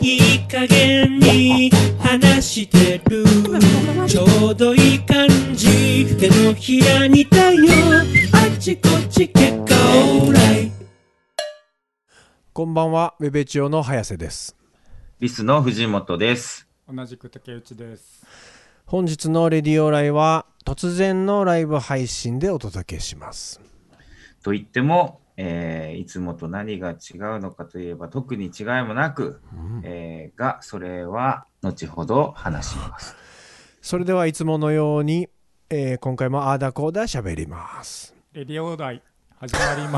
いい加減に話してるちょうどいい感じ手のひらにだよあちこち結果オーライこんばんは、ウェベチオの早瀬です。リスの藤本です。同じく竹内です。本日のレディオライは、突然のライブ配信でお届けします。と言っても、えーいつもと何が違うのかといえば特に違いもなく、えーがそれは後ほど話します。それではいつものように、えー今回もあーだこーだ喋ります。レディオ台始まり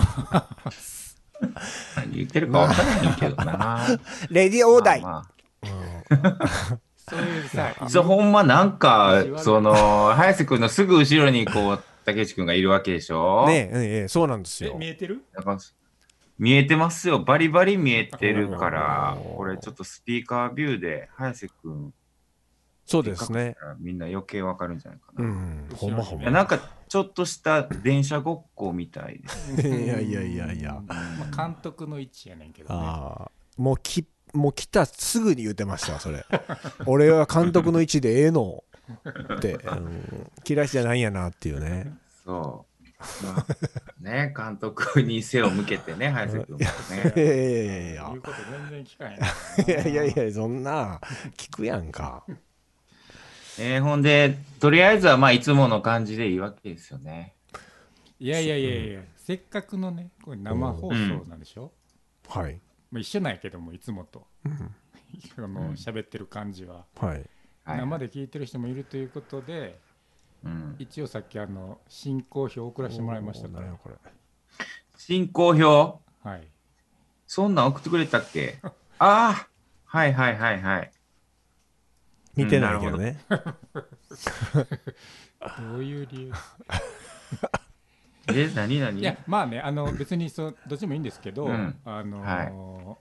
ます。何言ってるか分からないけど な。レディオーダイまあまそういうさ、あそうほんまなんかその早瀬君のすぐ後ろにこう 竹内君がいるわけでしょ。ねえ、ええそうなんですえよ。見えてる？なんか見えてますよ。バリバリ見えてるから、これちょっとスピーカービューで早瀬君そうですね。みんな余計わかるんじゃないかうな。ん、ほんまほんいやま。なんかちょっとした電車ごっこみたいです。いやいやいやいや。まあ、監督の位置やねんけど、ね。ああ、もうき、もう来たすぐに言ってましたわ、それ。 俺は監督の位置でええのって、うん嫌いじゃないんやなっていうね。そう。まあ、ね、監督に背を向けてね、早瀬君もね い。やいやいやいや言う。こと全然聞かへん。いやいやいや、そんな、聞くやんか。えーほんで、とりあえずはまあいつもの感じでいいわけですよね。いやいやいやいや、せっかくのね、これ生放送なんでしょ？はい。まあ、一緒なんやけどもいつもと、 んあの喋ってる感じは、はい。はい。生で聞いてる人もいるということで、うん、一応さっきあの進行表送らせてもらいましたか何やら。これ。進行表、はい。そんなん送ってくれたっ けああ、はいはいはいはい。見てないけどね。どういう理由？え、なになにいやまあねあの別にそうどっちもいいんですけど、うんあのは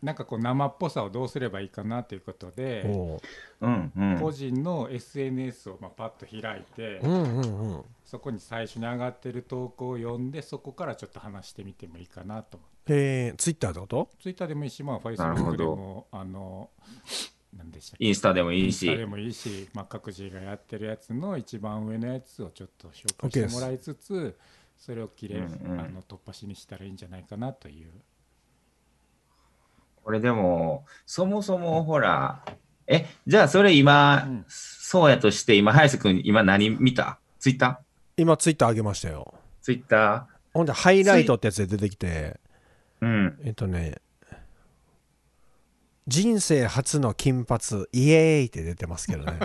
なんかこう生っぽさをどうすればいいかなということでおううんう個ん。人の SNS をまあパッと開いてうんうんうん。そこに最初に上がってる投稿を読んでそこからちょっと話してみてもいいかなとえー、ツイッターってことツイッターでもいいしまあファイスブなるほックでどもあの何でしたっけインスタでもいいしインスタ。でもいいし、まあ、各自がやってるやつの一番上のやつをちょっと紹介してもらいつつそれをきれい、うんうんあの突破しにしたらいいんじゃないかなという。これでも、そもそもほら、え、じゃあそれ今、うんそうやとして、今、早瀬くん、今何見たツイッタ今、ツイッター上げましたよ。ーツイッタほんで、ハイライトってやつで出てきて、ーうん。えっとね、人生初の金髪、イエーイって出てますけど ね。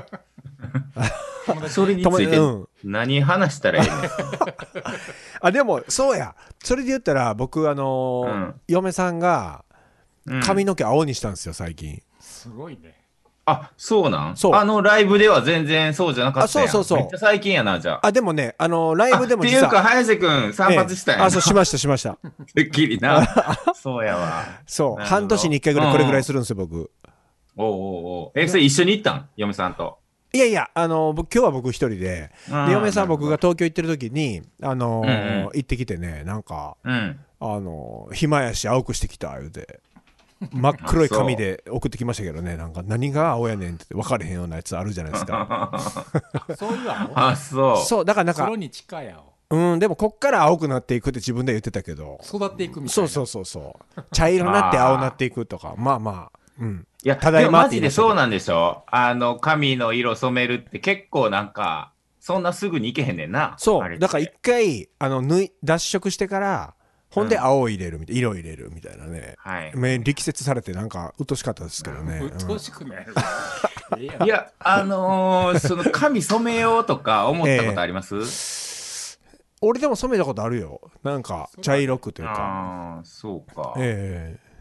それについてうん何話したらいいの、あ、でも、そうや。それで言ったら、僕、あのーうん嫁さんがうん髪の毛青にしたんですよ、最近。すごいね。あ、そうなんそうあのライブでは全然そうじゃなかったやんあそうそうそうめっちゃ最近やな、じゃあ。あ、でもね、あのーライブでもあって実いうは。か、早瀬くん、散髪したやん。ええあ、そう、しました、しました。てっきりな。 そう やわ。そう、なるほど半年に1回ぐらいこれぐらいするんですよ、僕。おうおうおう。え、それ一緒に行ったん嫁さんと。いやいや、あの、僕、今日は僕一人で、あーで、嫁さんなるほ僕どが東京行ってる時に、あのーうんうん行ってきてね、なんか、うん。あのー暇やし青くしてきた、言うて。真っ黒い紙で送ってきましたけどね、なんか何が青やねんって分かれへんようなやつあるじゃないです か。そういう青あ、そう。そう、だからなんか黒、に近い青。うん、でもこっから青くなっていくって自分で言ってたけど、育っていくみたいな。そうそうそうそう、茶色になって青になっていくとか、まあまあ、うん。いや、ただいまでもマって言ジいまでしたけどそうなんでしょあの、髪の色染めるって結構なんか、そんなすぐに行けへんねんな。そあれっうてだから一回あの縫い脱色してからほんでうん青を入れるみたいな色を入れるみたいなね、はい。め力説されてなんか鬱陶しかったですけどね、ううっとんうしくない。ええやんいや、あのー、その髪染めようとか思ったことあります、俺でも染めたことあるよなんか茶色くというかああ、そうか。ええ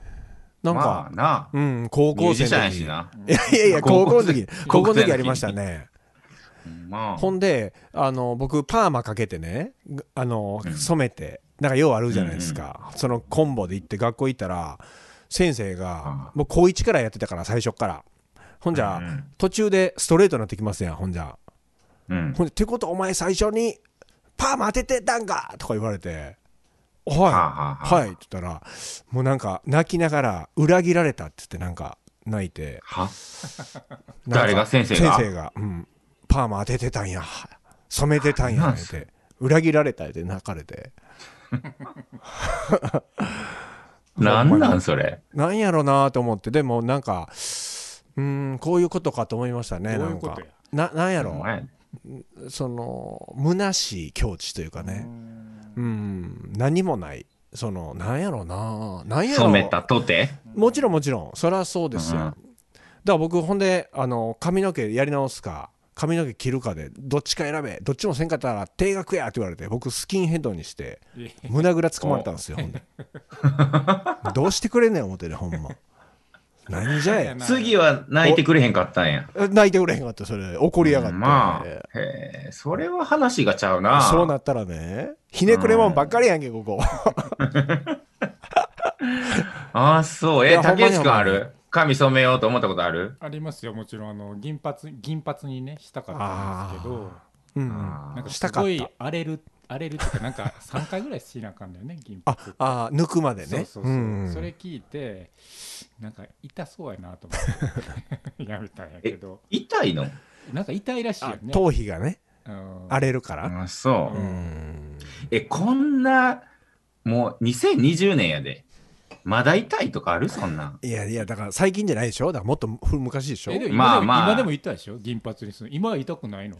なんか、まあな。うん高ミュー校生ジのシャンや時しな。いやいやいや高高校校の生時高校の時ありました高ねうんまあ、ほんであの僕パーマかけてねがあのうん染めてなんかようあるじゃないですか、そのコンボで行って学校行ったら先生があもう高1からやってたから最初からほんじゃ、うん途中でストレートになってきますやんほんじゃうん。ほんでってことお前最初にパーマ当ててたんかとか言われてはは、あはいはい、って言ったら、もうなんか泣きながら裏切られたって言ってなんか泣いて、はなんか誰が先生が先生が、うん、パーマ当ててたんや、染めてたんなやん、っすて、裏切られたって泣かれて、なんなんそれ。なんやろうなと思って、でもなんか、うーん、こういうことかと思いましたね、どうないうんことかや。ななんやろおう、前その、虚しい境地というかね、うん、何もない、その、なんやろうな、なんやろう。染めたとて。もちろんもちろんそりゃそうですよ、うんだから僕ほんであの髪の毛やり直すか髪の毛切るかでどっちか選べどっちもせんかったら定額やって言われて僕スキンヘッドにしていえ胸ぐらつかまれたんですよほん でどうしてくれんねん思ってねほんま何じゃや次は泣いてくれへんかったんや。泣いてくれへんかったそれ怒りやがって、まあ、へえ、それは話がちゃうな。そうなったらねひねくれもんばっかりやんけここああ、そう。いえ、やほんま竹に内くんある髪染めようと思ったことあるありますよもちろんあの銀髪銀髪にねしたかったんですけどうんああなんかしすたかったごい荒れる荒れるっていうかなんか3回ぐらいしなあかんだよね銀髪ってあ抜くまでそうねそうそう、んそれ聞いてなんか痛そうやなと思って やめたんやけど痛いのなんか痛いらしいよね頭皮がねうん荒れるから、あそうう。ん、え、こんな、もう2020年やで。まだ痛いとかあるそんなん。いやいや、だから最近じゃないでしょだからもっと古昔でしょえでも今でもまあまあ今でも痛いでしょ銀髪にする今は痛くないの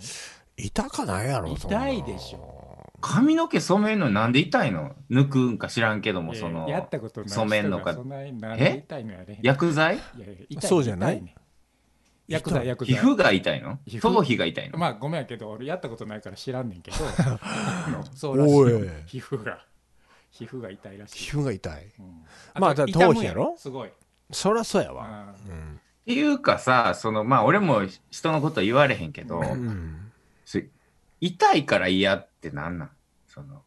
痛かないやろ、そんな痛いでしょ髪の毛染めんのになんで痛いの抜くんか知らんけども、えーその、やったことない人染めんのがかそ。んなになんえで痛いのやれ薬剤いやいや痛いそうじゃない痛ね薬剤薬皮剤膚が痛いの皮膚頭皮が痛いのまあごめんやけど俺やったことないから知らんねんけ どあのそうらしいおいよ。皮膚が皮膚が痛いらし い皮、膚が痛い。うんまあとだから頭皮痛むんやろすごいそりゃそうやわ。あーうん。っていうかさ、その、まあ俺も人のこと言われへんけど、うんす痛いから嫌ってなんなんその、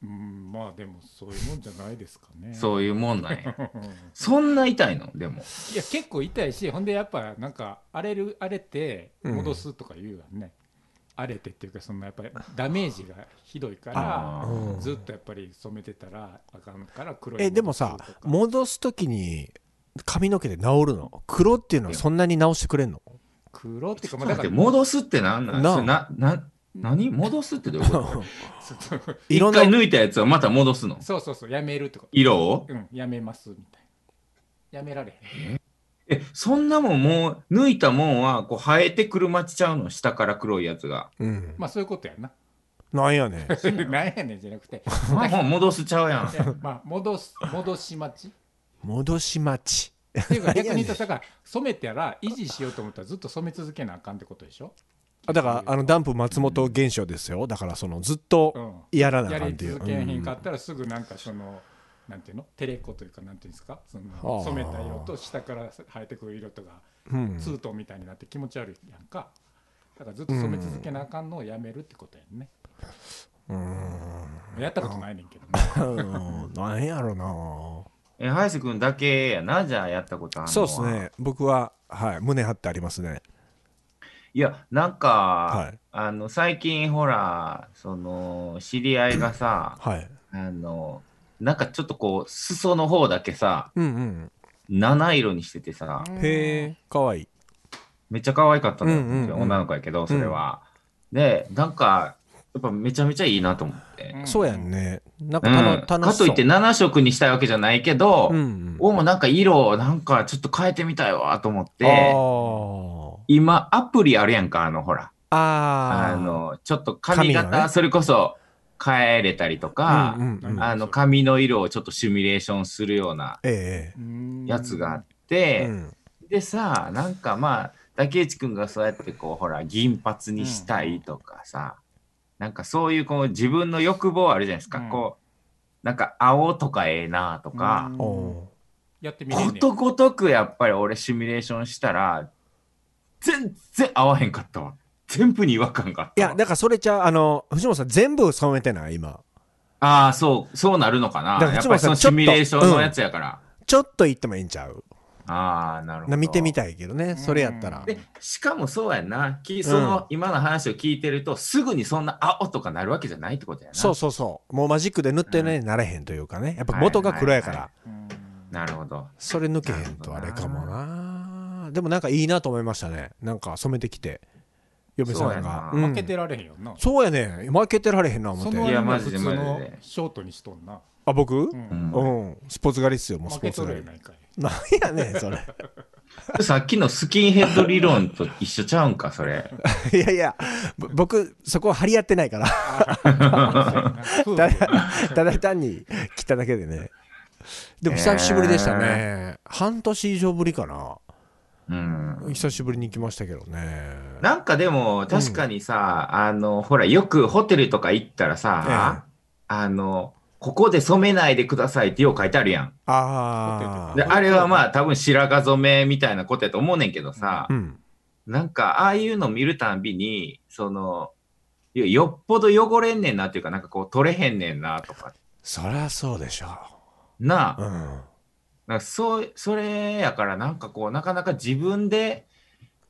うんまあでもそういうもんじゃないですかね そういうもんなんや。うんそんな痛いのでも。いや結構痛いしほんでやっぱなんか荒れる荒れて戻すとか言うよね、荒れてっていうかそのやっぱりダメージがひどいからあーずっとやっぱり染めてたらあかんから黒いえ、でもさのにすると、か戻すときに髪の毛で治るの黒っていうのはそんなに治してくれん の黒っていうかまだあだっかてら戻すってなんなんなあそれな、な、何戻すってどういうことちょっと い一ろんな回抜いたやつをまた戻すの そうそうそうやめるってこと色をうんやめますみたいなやめられへんえ、そんなもんもう、抜いたもんは、こう生えてくるまちちゃうの下から黒いやつが。うん。まあそういうことやななんやねん。なんやねんじゃなくてもう戻すちゃうやんい。やまあ戻す戻し待ち戻し待ち。っていうか逆に言うとだから染めたら維持しようと思ったらずっと染め続けなあかんってことでしょ、あだから、あの、ダンプ松本現象ですよ。だから、その、ずっとう、やらなんあやかんっりていう。続けへんかうんったらすぐなんかそのなんていうのテレコというかなんていうんですかそあのー染めた色と下から生えてくる色とかツートンみたいになって気持ち悪いやんかだからずっと染め続けなあかんのをやめるってことやんねやったことないねんけどうねん。なんや ろな。え、早瀬くんだけやな、じゃあやったことあるのそうはです。ね。僕は、はい、胸張ってありますね。いや、なんか、はいあの、最近ほら、その、知り合いがさ、はい。あの、なんかちょっとこう、裾の方だけさ、うんうん。七色にしててさ、へえ、かわいい。めっちゃ可愛かったのよ、うんうんうん女の子やけど、それは。で、なんか、やっぱめちゃめちゃいいなと思って。んそうやんね。なんうかん、楽楽かしそとう。いって7色にしたいわけじゃないけど、うんうん。おもなんか色をなんかちょっと変えてみたいわと思っあて、ー今アプリあるやんか、あのほら、あー。あの、ちょっと髪型、髪のねそれこそ変えれたりとか、うんうんうんあの髪の色をちょっとシミュレーションするようなえうんやつがあっえええ。て、うんでさ、なんかまあ、竹内くんがそうやってこう、ほら、銀髪にしたいとかさ、なんかそういうこう、自分の欲望あるじゃないですか、うんこう、なんか青とかええなとか、うんおうやってみれんこねやとごとくやっぱり俺シミュレーションしたら、全然合わへんかったわ。全部に違和感があっいたわ。や、だからそれじゃあ、あの、藤本さん全部染めてない今。ああ、そう、そうなるのかな。だからやっぱりそのシミュレーションのやつやから。ちょっと言ってもいいんちゃうああ、なるほなど。見てみたいけどね、それやったら。で、しかもそうやな。きその、今の話を聞いてると、すぐにそんな、あおとかなるわけじゃないってことやな。そうそうそう。もうマジックで塗ってね、なれへんというかね。やっぱ元が黒やかはいはいら、うんなるほど。それ抜けへんとあれかもなな。でもなんかいいなと思いましたね。なんか染めてきて、嫁さんが。そううん負けてられへんよな。そうやね。負けてられへんな思そっのて。いや割にはマジ普で通マのジでショートにしとんな。あ、僕うんうんうん。スポーツ狩りっすよ、もうスポ負けーツとる狩り。やな いかい。なんやねん、それ。 さっきのスキンヘッド理論と一緒ちゃうんか、それ。いやいや、ぼ僕、そこは張り合ってないから。夫婦た だ、ただ単に来ただけでね。でも久しぶりでしたね。半年以上ぶりかな。うん。久しぶりに来ましたけどね。なんかでも、確かにさ、あの、ほら、よくホテルとか行ったらさ、あの、ここで染めないでくださいってよう書いてあるやん。あであ。あれはまあ多分白髪染めみたいなことやと思うねんけどさう、ん。なんかああいうの見るたんびに、その、いやよっぽど汚れんねんなっていうか、なんかこう取れへんねんなとか、そりゃそうでしょなう。あ、うん。なんかそう、それやからなんかこう、なかなか自分で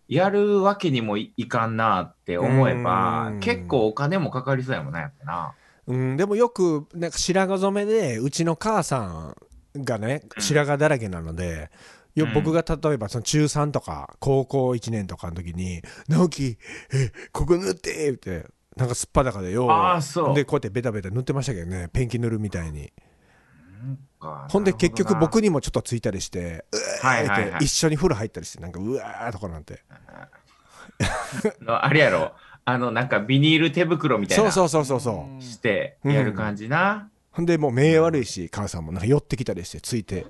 やるわけにもいいかんなって思えばう、ん結構お金もかかりそうやもんな、やっぱな。うん、でもよくなんか白髪染めでうちの母さんがねうん白髪だらけなので、ようん僕が例えばその中3とか高校1年とかの時に「直樹えここ塗って!」ってなんかすっぱだかでよああそうでこうやってベタベタ塗ってましたけどねペンキ塗るみたいにほほんで結局、僕にもちょっとついたりして「うはいわ!」っはいてはい一緒に風呂入ったりしてなんか「うわ!」とかなんてのあれやろ、あのなんかビニール手袋みたいそうなそうそうそうそうしてやる感じな。ほんでもう目悪いし母さんもなんか寄ってきたりしてついて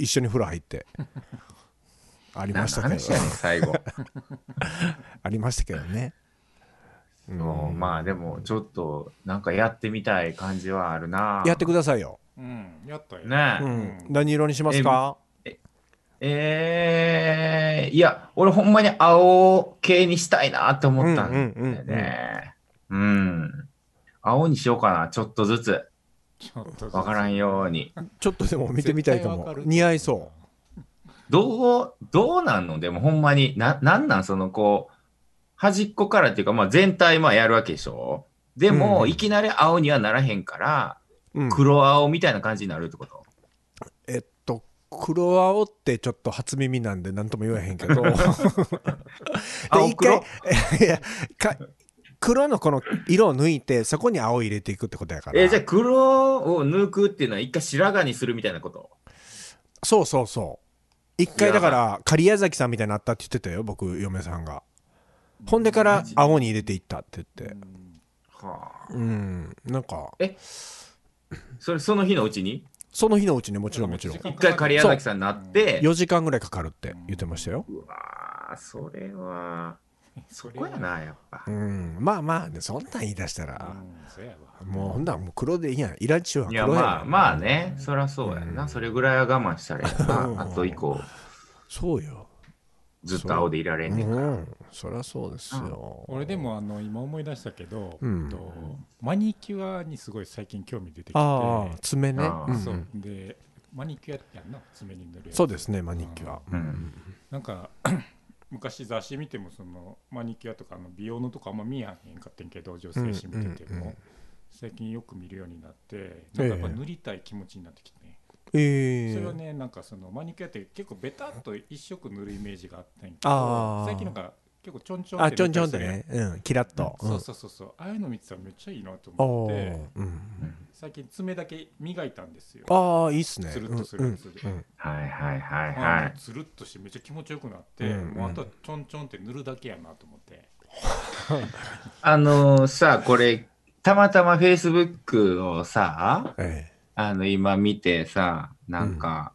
一緒に風呂入ってありましたけ何のど話やねん最後。ありましたけどね。そうまあでもちょっとなんかやってみたい感じはあるな。やってくださいよ。うん、やったよ。ねえ、うん、何色にしますかえーいや俺ほんまに青系にしたいなって思ったんうんだようんうんね。うん。青にしようかなちょっとずつちょっとわからんように。ちょっとでも見てみたいか絶対わもか。る似合いそどうどうなんのでもほんまにななんなんそのこう端っこからっていうかまあ全体まあやるわけでしょ。でも、うんいきなり青にはならへんからう。うん、黒青みたいな感じになるってこと。えっと黒青ってちょっと初耳なんで何とも言わへんけ ど。で青黒一回いやか黒のこの色を抜いてそこに青入れていくってことやから。えーじゃあ黒を抜くっていうのは一回白髪にするみたいなことそうそうそう。一回だから狩矢崎さんみたいになったって言ってたよ僕嫁さんが。ほんでから青に入れていったって言って。はあうん、なんかそれその日のうちにその日のうちにもちろんもちろん時間一回狩矢崎さんになって4時間ぐらいかかるって言ってましたよ、うわあそれはそこやなやっぱうん、まあまあねそんなん言い出したうら、んそうやわ。もうほんならもう黒でいいやんイラチはいう黒ややまああまあねそりゃそうやうなんそれぐらいは我慢したらええうんなあと以降そうよずっと青でいられうんねんんそりゃそうですよ俺でもあの今思い出したけど、うんえっとマニキュアにすごい最近興味出てきて、ああ爪ねあうあんそうでマニキュアってやんな爪に塗るやつそうですねマニキュア、うんなんか 昔雑誌見てもそのマニキュアとかあの美容のとかあんま見やへんかってんけど女性誌見ててうも、んうんうん最近よく見るようになってなんかやっぱ塗りたい気持ちになってきて、ねええそれはねなんかそのマニキュアって結構ベタっと一色塗るイメージがあったんやけあどー最近なんか結構ちょんちょんあちょんちょんって塗ったりねうんキラッと、するんやんそうそうそうそうああいうの見てたらめっちゃいいなとあ思ってーうん最近爪だけ磨いたんですよあーいいっすねつるっとするやつでうんうんはいはいはいはあのいつるっとしてめっちゃ気持ちよくなって、うんうんもうあとはちょんちょんって塗るだけやなと思ってあのーさこれたまたまフェイスブックをさえあの、今見てさ、なんか、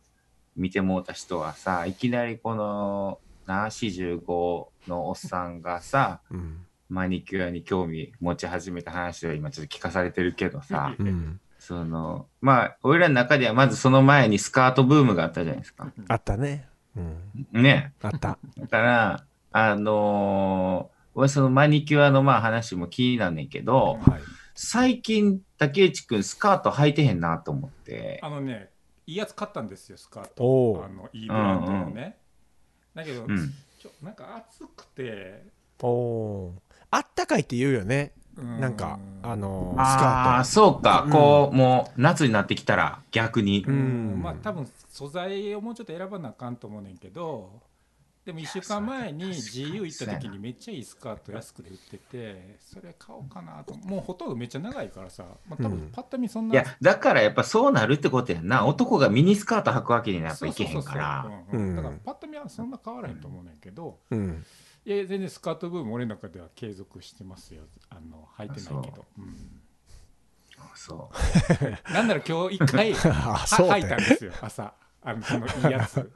見てもうた人はさ、いきなりこの、な、45のおっさんがさ、えうんマニキュアに興味持ち始めた話を今ちょっと聞かされてるけどさ、うんその、まあ、俺らの中ではまずその前にスカートブームがあったじゃないですか。あったね、うん、ね。あ っただから、あのー俺そのマニキュアのまあ話も気になんねんけど、はい最近竹内くんスカート履いてへんなと思って。あのねいいやつ買ったんですよスカートおあーのいいブランドのね、だけうど、んちょなんか暑くて、おーあったかいって言うよねうなんかあのースああ、カそうかう。んこう、もう、夏になってきたら、逆にうう。んんまあ多分素材をもうちょっと選ばなあかんと思うねんけどでも1週間前に GU 行った時にめっちゃいいスカート安くで売っててそれ買おうかなともうほとんどめっちゃ長いからさ、まあ、多うん分パッと見そんいな、や、だからやっぱそうなるってことやんな。男がミニスカート履くわけにはやっぱそういけそうへそうんから。そううんうんだからパッと見はそんな変わらへんと思うねんけど、ートうんいや全然スカートブーム俺の中では継続してますよあの履いてないけど、うんそなんなら今日一回はあ そう履いたんねですよ朝あのそのいいやつ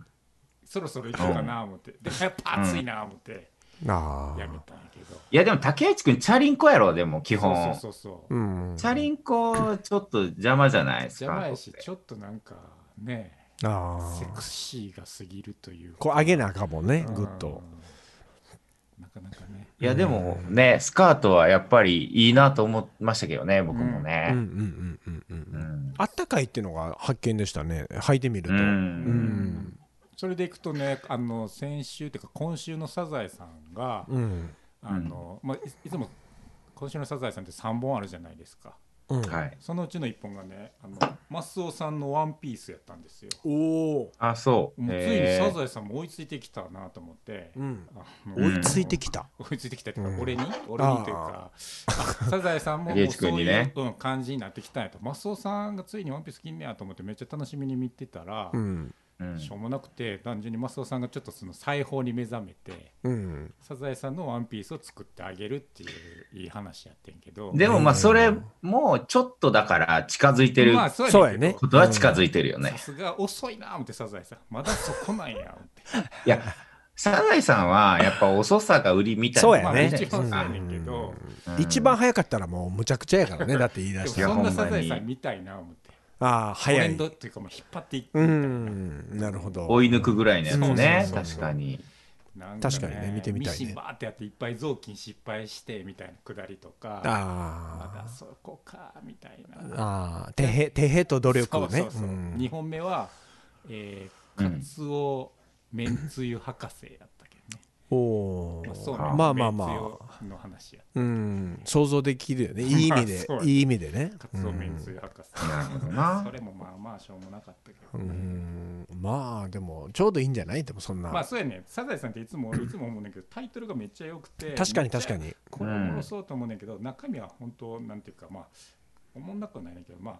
そろそろ行こうかな思ってでやっぱ暑いな思って。あやめあたんやけど。う。いや、でも竹内くん、チャリンコやろ、でも、基本。そうそうそうそう。うんチャリンコ、ちょっと邪魔じゃないです邪魔かや。し、ちょっとなんかね、あセあクシーが過ぎるというか。こう上げなあかんもんねうんグッと。なかなかね。いや、でもね、スカートはやっぱりいいなと思いましたけどね、僕もうんうね。んうんうんううんうんん。あったかいっていうのが発見でしたね履いてみるうとうんん。それでいくとね、あの先週っていうか今週のサザエさんが、うんあのまあいいつも今週のサザエさんって三本あるじゃないですか。うんはい。そのうちの一本がね、あのマスオさんのワンピースやったんですよ。おおあ、そう。もうついにへサーザエさんも追いついてきたなと思って。うんあの追いついてきた追いついてきたっていうか、うん俺に俺にというかあサザエさんもも竹う内そ君ういにう、ねうん、感じになってきたんやとマスオさんがついに「ワンピース着んねやと思ってめっちゃ楽しみに見てたら、うんうんしょうもなくて単純にマスオさんがちょっとその裁縫に目覚めてうんサザエさんのワンピースを作ってあげるっていういい話やってんけどでもうまあんそれもうちょっとだから近づいてるまあそうそうややねんねけことは近づいてるよどねさ。すが遅いな思ってサザエさんまだそこなんや思っていや、サザエさんはやっぱ遅さが売りみたいな。そうやねまあじ一ゃないです番そうかやねんけど、うん一番早かったらもうむちゃくちゃやからねだって言いで出もしいたやそんなほんまサにザエさん見たいな思ってああト早レンいドっていうかもう引っ張っていってうんなるほど追い抜くぐらいのやつね。そうそうそう確かに。なん確かにね見てみたいねミシンバーってやっていっぱい雑巾失敗してみたいなくだりとかまあだそこかみたいーあなー手へ手へと努力をねそうそうそう、うん2本目は、えうー、んカツオめんつゆ博士やったけどね、おおまあ、そうめんーまあまあまめんあつゆの話やうん想像できる よねいい意味でまあそういい意味でねカツオめんつゆ博士、なるほどなそれもまあまあしょうもなかったけうど、んまあでもちょうどいいんじゃないでもそんな、まあそうやねサザエさんっていつもいつも思うねんだけどタイトルがめっちゃ良くて確かにめっちゃ確かにこれおもろそうと思うねんけど、中身は本当なんていうかまあおもんなくはないねんけどまあ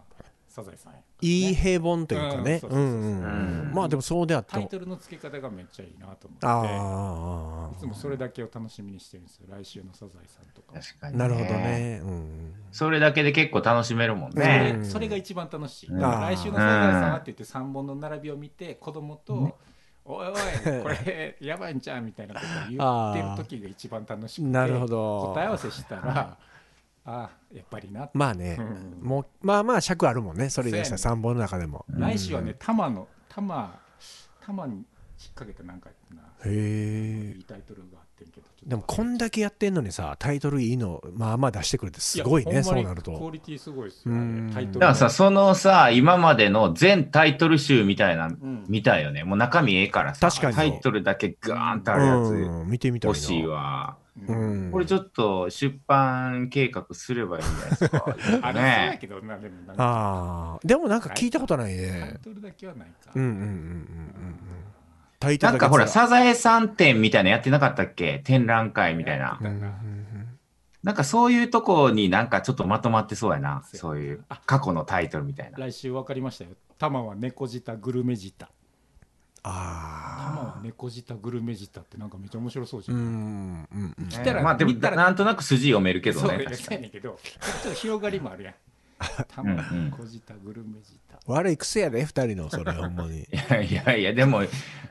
サザエさんやからねいい平凡というかねううんそうそうそうんうんうんまあでもそうであってタイもトルの付け方がめっちゃいいなと思あっあていつもそれだけを楽しみにしてるんですよ来週のサザエさんとかも確かに、なるほど。ね、うん、それだけで結構楽しめるもんね。うんそれが一番楽しい、うん来週のサザエさんはって言って3本の並びを見て子供と、おいおいこれやばいんちゃうみたいなことを言ってる時が一番楽しく てなるほど答え合わせしたらあやっぱりなってまあね、うんもうまあまあ尺あるもんねそれでしたらそう3本の中でも、来週はね玉の玉玉に引っ掛けてなんかやってなへえいいタイトルがあってんけどちょっとでもこんだけやってんのにさタイトルいいのまあまあ出してくれてすごいやねほんまそうになるクオとリティすごいですようんねタイトルだからさ、そのさ、今までの全タイトル集みたいな、ん見たいよね。もう中身ええからさ、確かにタイトルだけガーンとあるやつうん見てみたいな欲しいわ。うんこれちょっと出版計画すればいいんじゃないですか。あれそうやけどなでもなんかああでもなんか聞いたことないタイねトルだけはないかうんうんうんうんうんうんタイトなルんだかほら、けサザエさん展みたいなやってなかったっけ展覧会みたいやなって。たうんうなんなんかそういうとこになんかちょっとまとまってそうやな。そうそういう過去のタイトルみたいな。来週分かりましたよ玉は猫舌グルメ舌あ玉は猫舌グルメ舌ってなんかめっちゃ面白そうじあゃ、うんんうんうん来たらまあでも見たらなんとなく筋読めるけどそうね。や確そかうやにねんけどちょっと広がりもあ るやん玉は猫舌グルメ舌悪い癖やで二人のそれほんまにいや いやいや、でも、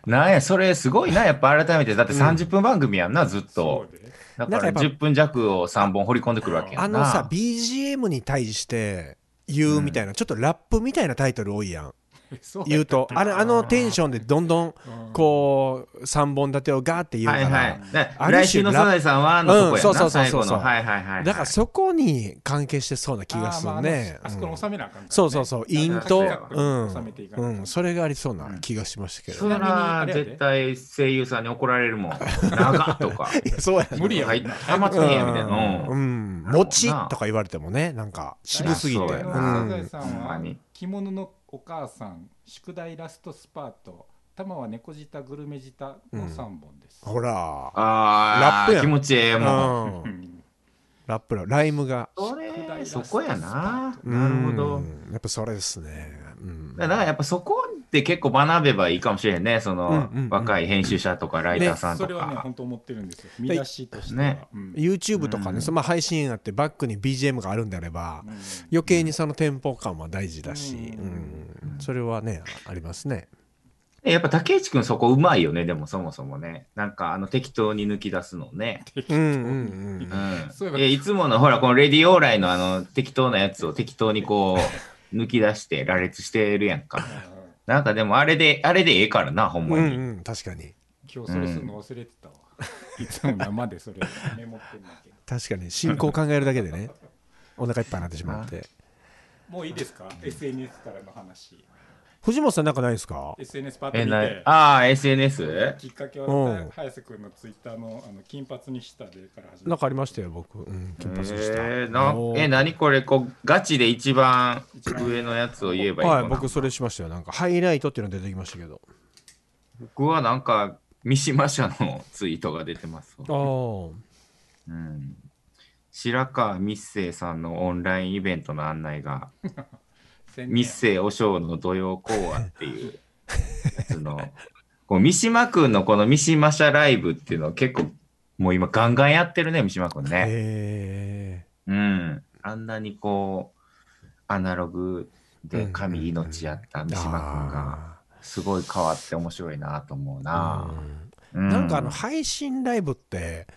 なんや、それすごいな、やっぱ改めて。だって30分番組やんな、ずっと。そうで だなんかかやらっぱ10分弱を3本掘り込んでくるわけやあんのな。さ BGM に対して言うみたいな、ちょっとラップみたいなタイトル多いやんそう言うとあれあのテンションでどんどんうんこう3本立てをガーって言うはかいら、はい。だある種来週のサザエさんはのとこやな、うんそうそうそうそう最後の。はいはいはい。だからそこに関係してそうな気がするねあーまああのあそこうんの収めなあかんからねそうそうそう陰と確かうにん収めていかうないんそれがありそうな気がしましたけどそら、絶対声優さんに怒られるもん。長っとか。いやそうや無理やはもい、んなハマってねえやみたいな。ううんんなるほどな餅とか言われてもねなんか渋すぎてあそう来や週のなうサんザエさんほんまはに着物のお母さん宿題ラストスパート玉は猫舌グルメ舌の3本です、ほらラッあプやあ、ん気持ちええうんもん。うんラップラライムがそれ、そこやな。うんなるほど。やっぱそれですねうんだからやっぱそこって結構学べばいいかもしれんね。その、うんうんうん若い編集者とかライターさんそとれはねか。本当思ってるんですよ見出しとしては、ねうん、 YouTube とかね、うんそのまあ配信あってバックに BGM があるんであれば、うん余計にそのテンポ感は大事だし、ううんそれはねありますね。やっぱ竹内くんそこうまいよね。でもそもそもね。なんかあの適当に抜き出すのね。うんうんうんうそうんいえばえいつものほら、このレディオーライのあの適当なやつを適当にこ う抜き出して羅列してるやんか。なんかでもあれで、あれでええからな、ほんうまに。んうん確かに今日それするの忘れてたわ、いつも生でそれメモってんだけど確かに進行を考えるだけでねお腹いっぱいになってしまってもういいですか SNS からの話藤本さんなんかないですか SNS パートえ見なてああ、SNS? きっかけはうん早瀬君のツイッターのあの金髪にしたでから始なめんかありましたよ僕、うん、金髪でした、えー、なおーえ、何これこう、ガチで一番上のやつを言えばいいのはかいな僕それしましたよなんかハイライトっていうの出てきましたけど僕はなんか、三島社の ツイートが出てますわ。あうん、白川密生さんのオンラインイベントの案内が、宣言密生和尚の土曜講話っていうやつの、こう三島くんのこの三島社ライブっていうのを結構、もう今ガンガンやってるね、三島くんあね。へえうん。あんなにこう、アナログで神命やった三島くんが、あすごい変わって面白いなと思うあな。ーうなんかあの、配信ライブって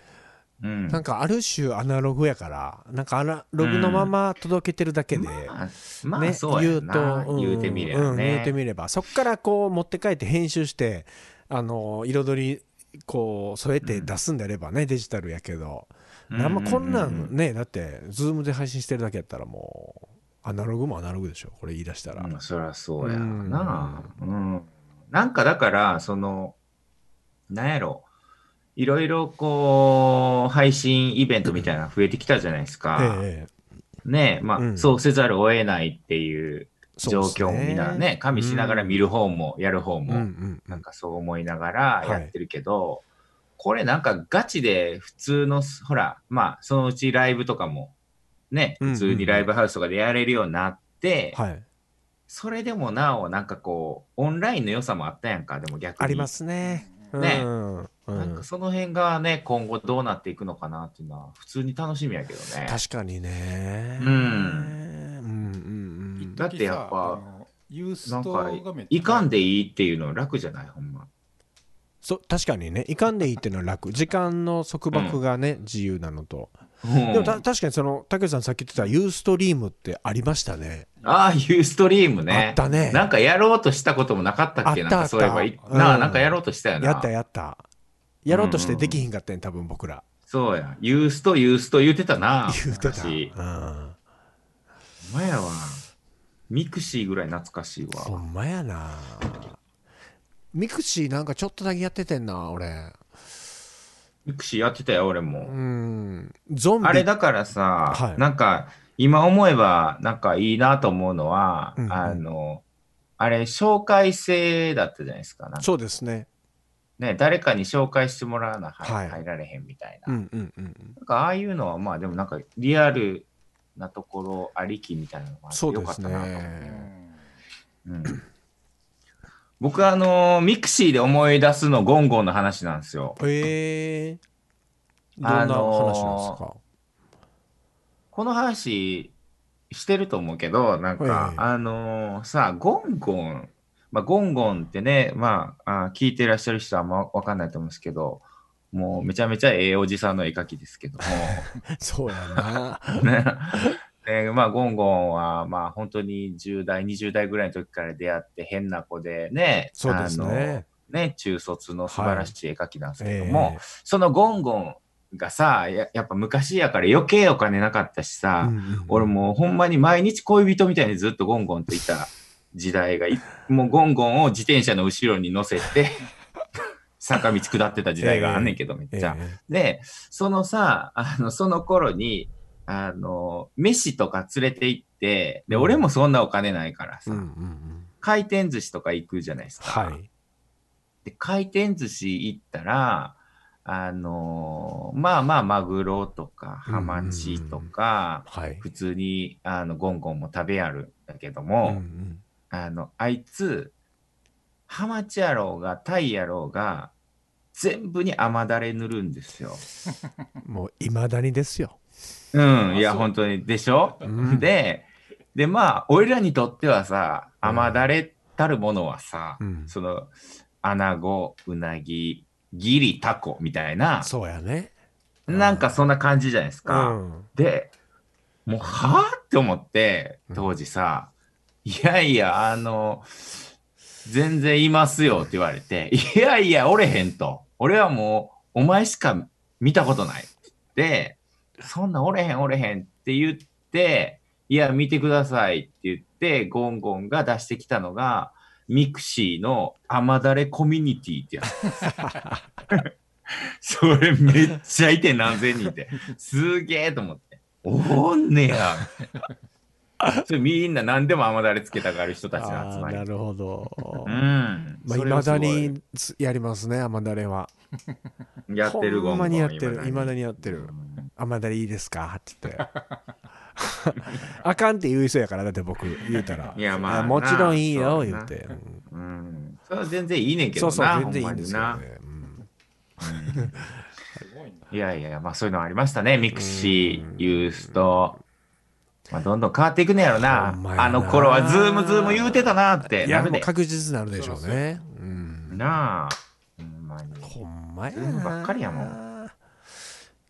うんなんかある種アナログやからなんかアナログのまま届けてるだけで、まあ、まあね、そう言やうんとな、、言うてみればね、うん言うてみればそっからこう持って帰って編集してあの彩りこう添えて出すんであればね、デジタルやけど、うんなんまこんなんねだってズームで配信してるだけやったらもうアナログもアナログでしょこれ言い出したら、うん、そりゃそうやな、うんなんかだからそのなんやろいろいろこう配信イベントみたいなの増えてきたじゃないですか、ええねえまあ、うんそうせざるを得ないっていうそ状うです況もみんなね加味しながら見る方もやる方うんも、うんうなんんかそう思いながらやってるけど、これなんかガチで普通のす、ほら、まあそのうちライブとかもね、うんうん普通にライブハウスとかでやれるようになって、はいそれでもなおなんかこう、オンラインの良さもあったやんか、でも逆に。ありま。すねねうんうんなんかその辺がね、今後どうなっていくのかなっていうのは、普通に楽しみやけどね。確かにねうんうんうんうんだってやっぱあのユースなんトかがめっ、ちゃいかんでいいっていうの楽じゃない、ほんま。そう確かにねいかんでいいっていうのは楽時間の束縛がね、自由なのと、うんでもた確かにその竹内さんさっき言ってたユーストリームってありましたねああ、ユーストリームね。あったねなんかやろうとしたこともなかったっけあっなたんかそういえばいあっ、たなうあ、んなんかやろうとしたよな。やったやったやろうとしてできひんかったね多分僕らそうや。ユースト、ユースト言うてたな。言うてた、昔うん、ほんまやわ。ミクシーぐらい懐かしいほわ。んまやなミクシーなんかちょっとだけやっててんな俺ミクシーやってたよ、俺うも。んゾンビあれだからさ、はいなんか、今思えば、なんかいいなと思うのは、うんうんあの、あれ、紹介制だったじゃないですか。なんかそうですねね、誰かに紹介してもらわな、はいはい入られへんみたいな。うんうんうんうんなんかああいうのはまあでもなんかリアルなところありきみたいなのがあってそうよでかっすたなと思う。うねんうん僕はあのーミクシーで思い出すのゴンゴンの話なんですよ。えー、どんな話なんですか、この話してると思うけど、なんか、はいはいあのーさ、ゴンゴン、まあ、ゴンゴンってね、まあ、あー聞いてらっしゃる人はあんまわかんないと思うんですけど、 もうめちゃめちゃええおじさんの絵描きですけども、そうやなねで、まあ、ゴンゴンは、まあ、本当に10代、20代ぐらいの時から出会って、変な子でね、そうですね。あのね、中卒の素晴らしい絵描きなんですけども、そのゴンゴンがさや、やっぱ昔やから余計お金なかったしええさ、うん俺もうほんまに毎日恋人みたいにずっとゴンゴンといた時代がい、 もうゴンゴンを自転車の後ろに乗せ て、坂道下ってた時代があんねんけど、めっええちゃ。で、そのさ、あの、その頃に、あの、飯とか連れて行って、で、うん俺もそんなお金ないからさ、うんうんうん回転寿司とか行くじゃないですか。はい。で、回転寿司行ったら、あの、まあまあ、マグロとか、ハマチとか、はい。普通に、あの、ゴンゴンも食べやるんだけどうんも、うんあの、あいつ、ハマチやろうが、タイやろうが、全部に甘だれ塗るんですよ。もう、いまだにですよ。うん、いあや、そう本当に。でしょうんで、で、まあ、俺らにとってはさ、甘だれたるものはさ、うんその、アナゴ、ウナギ、ギリ、タコみたいな、そうやね。なんかそんな感じじゃないですうか。ん。で、もう、はぁって思って、当時さ、いやいや、あの、全然いますよって言われて、いやいや、おれへんと。俺はもう、お前しか見たことないって言って。そんなおれへんおれへんって言って、いや、見てくださいって言って、ゴンゴンが出してきたのが、ミクシーの甘だれコミュニティってやつ。それめっちゃいて何千人って。すげえと思って。おんねや。それみんな何でも甘だれつけたがる人たちの集あまーりな。るほどう。ん。まあ、そいれをますごだにつやりますね、甘だれは。やってるほゴンんゴまン。にやってる。いま未だにやってる。甘だれいいですかって言って。あかんって言う人やから、だって僕、言うたら。いやまあもちろんいいなあよ、そうや言なうて。うんうん。それは全然いいねんけどそうな。そう、全然いいんですほよまにね。うんすごいな。ないやいや、まあそういうのありましたね。ミクシうんー、ユースト。まあどんどん変わっていくねやろなほんま。やなあの頃はズームズーム言うてたなって。いや、なるもうで確実になるでしょうそうそうね。うんなあ。ほんまに。ほんまやズームな。ばっかりやも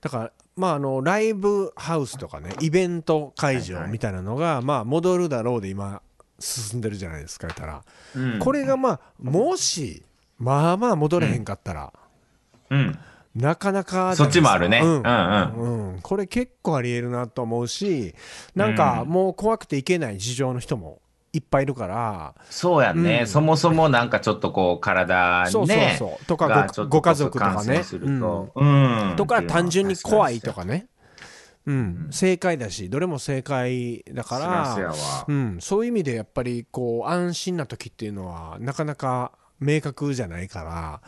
だから、まあ、あの、ライブハウスとかね、イベント会場みたいなのが、まあ、戻るだろうで今、進んでるじゃないですか、言ったら。うんこれが、まあ、もし、まあまあ戻れへんかったら、うん。なかなかじそゃないっですちか。もあるね。ううんうんん。あうん、これ結構ありえるなと思うしなんかうんもう怖くて行けない事情の人もいっぱいいるから、そうやうんね。そもそもなんかちょっとこう体そうにそうね。そうとがかちょごっご家こそ族とか感ね染するうんとうんとか単純に怖いとか。かね、うんうん正解だしどれも正解だそからそやら、わうん、そういう意味でやっぱりこう安心な時っていうのはなかなか明確じゃないから、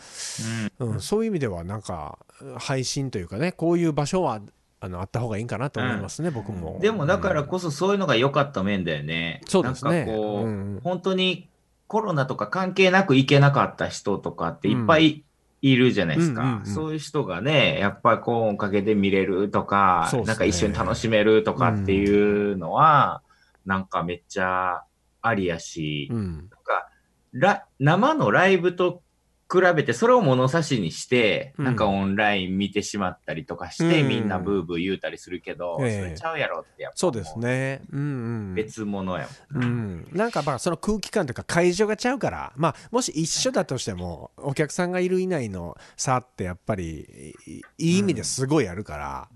うん、そういう意味ではなんか配信というかねこういう場所はあのあった方がいいんかなと思いますね、僕も。でもだからこそそういうのが良かった面だよね。そうですなねんかこう、うん本当にコロナとか関係なく行けなかった人とかっていっぱいいるじゃないですか。うんうんうんうんそういう人がね、やっぱりこうおかげで見れるとか、そうっすねなんか一緒に楽しめるとかっていうのは、なんかめっちゃありやし、うんなんかラ生のライブと比べてそれを物差しにして、うんなんかオンライン見てしまったりとかして、うんみんなブーブー言うたりするけど、ええそれちゃうやろってやっぱそうですね。うんうん。別物やうん、なんかまあその空気感というか会場がちゃうから、まあ、もし一緒だとしてもお客さんがいる以内の差ってやっぱりいいい意味ですごいあるから、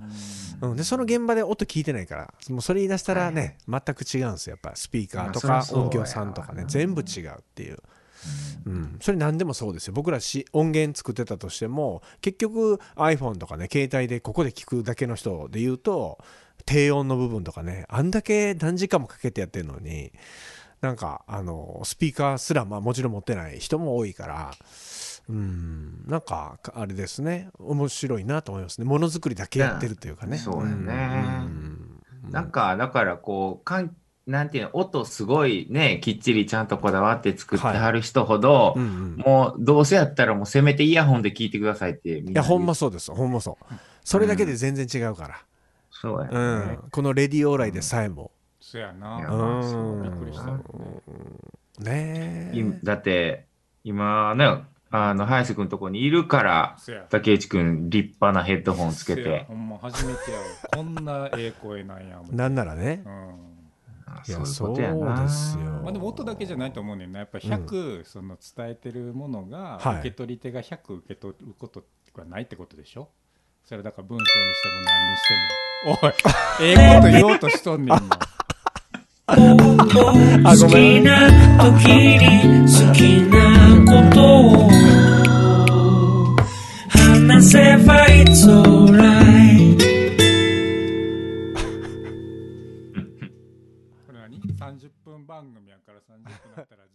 うんでその現場で音聞いてないからもうそれ言い出したらね、全く違うんですよやっぱスピーカーとまあかそりゃそう音や響さんとかね全部違うっていう。うん、それ何でもそうですよ僕らし音源作ってたとしても結局 iPhone とかね携帯でここで聞くだけの人で言うと低音の部分とかねあんだけ何時間もかけてやってるのになんかあのスピーカーすらまあもちろん持ってない人も多いからうんなんかあれですね面白いなと思いますねものづくりだけやってるというかね。そうやねうんん。なんか、だからこう、かんなんていうの、音すごいね、きっちりちゃんとこだわって作ってはる人ほど、うんうんもうどうせやったらもうせめてイヤホンで聞いてくださいってみんいやな言うほんまそうですほんまそうそれだけで全然違うから、そうやね、うん、このレディオーライでさえも、そいややな。まあそうびっくりした。ねえいだって今ねあの、早瀬くんとこにいるから、そや竹内くん立派なヘッドホンつけそやて。ほんま初めてやわこんなええ声なんや思ってなんならねう、んあいそやういうことやな。そうですよまあ、でも音だけじゃないと思うねんなやっぱ100、その伝えてるものがはい受け取り手が100受け取ることがないってことでしょそれはだから文章にしても何にしてもおいええこと言おうとしとんねん今あ好ごめきんな時に好きなことを話せば It's alright これ何30分番組やから30分だったら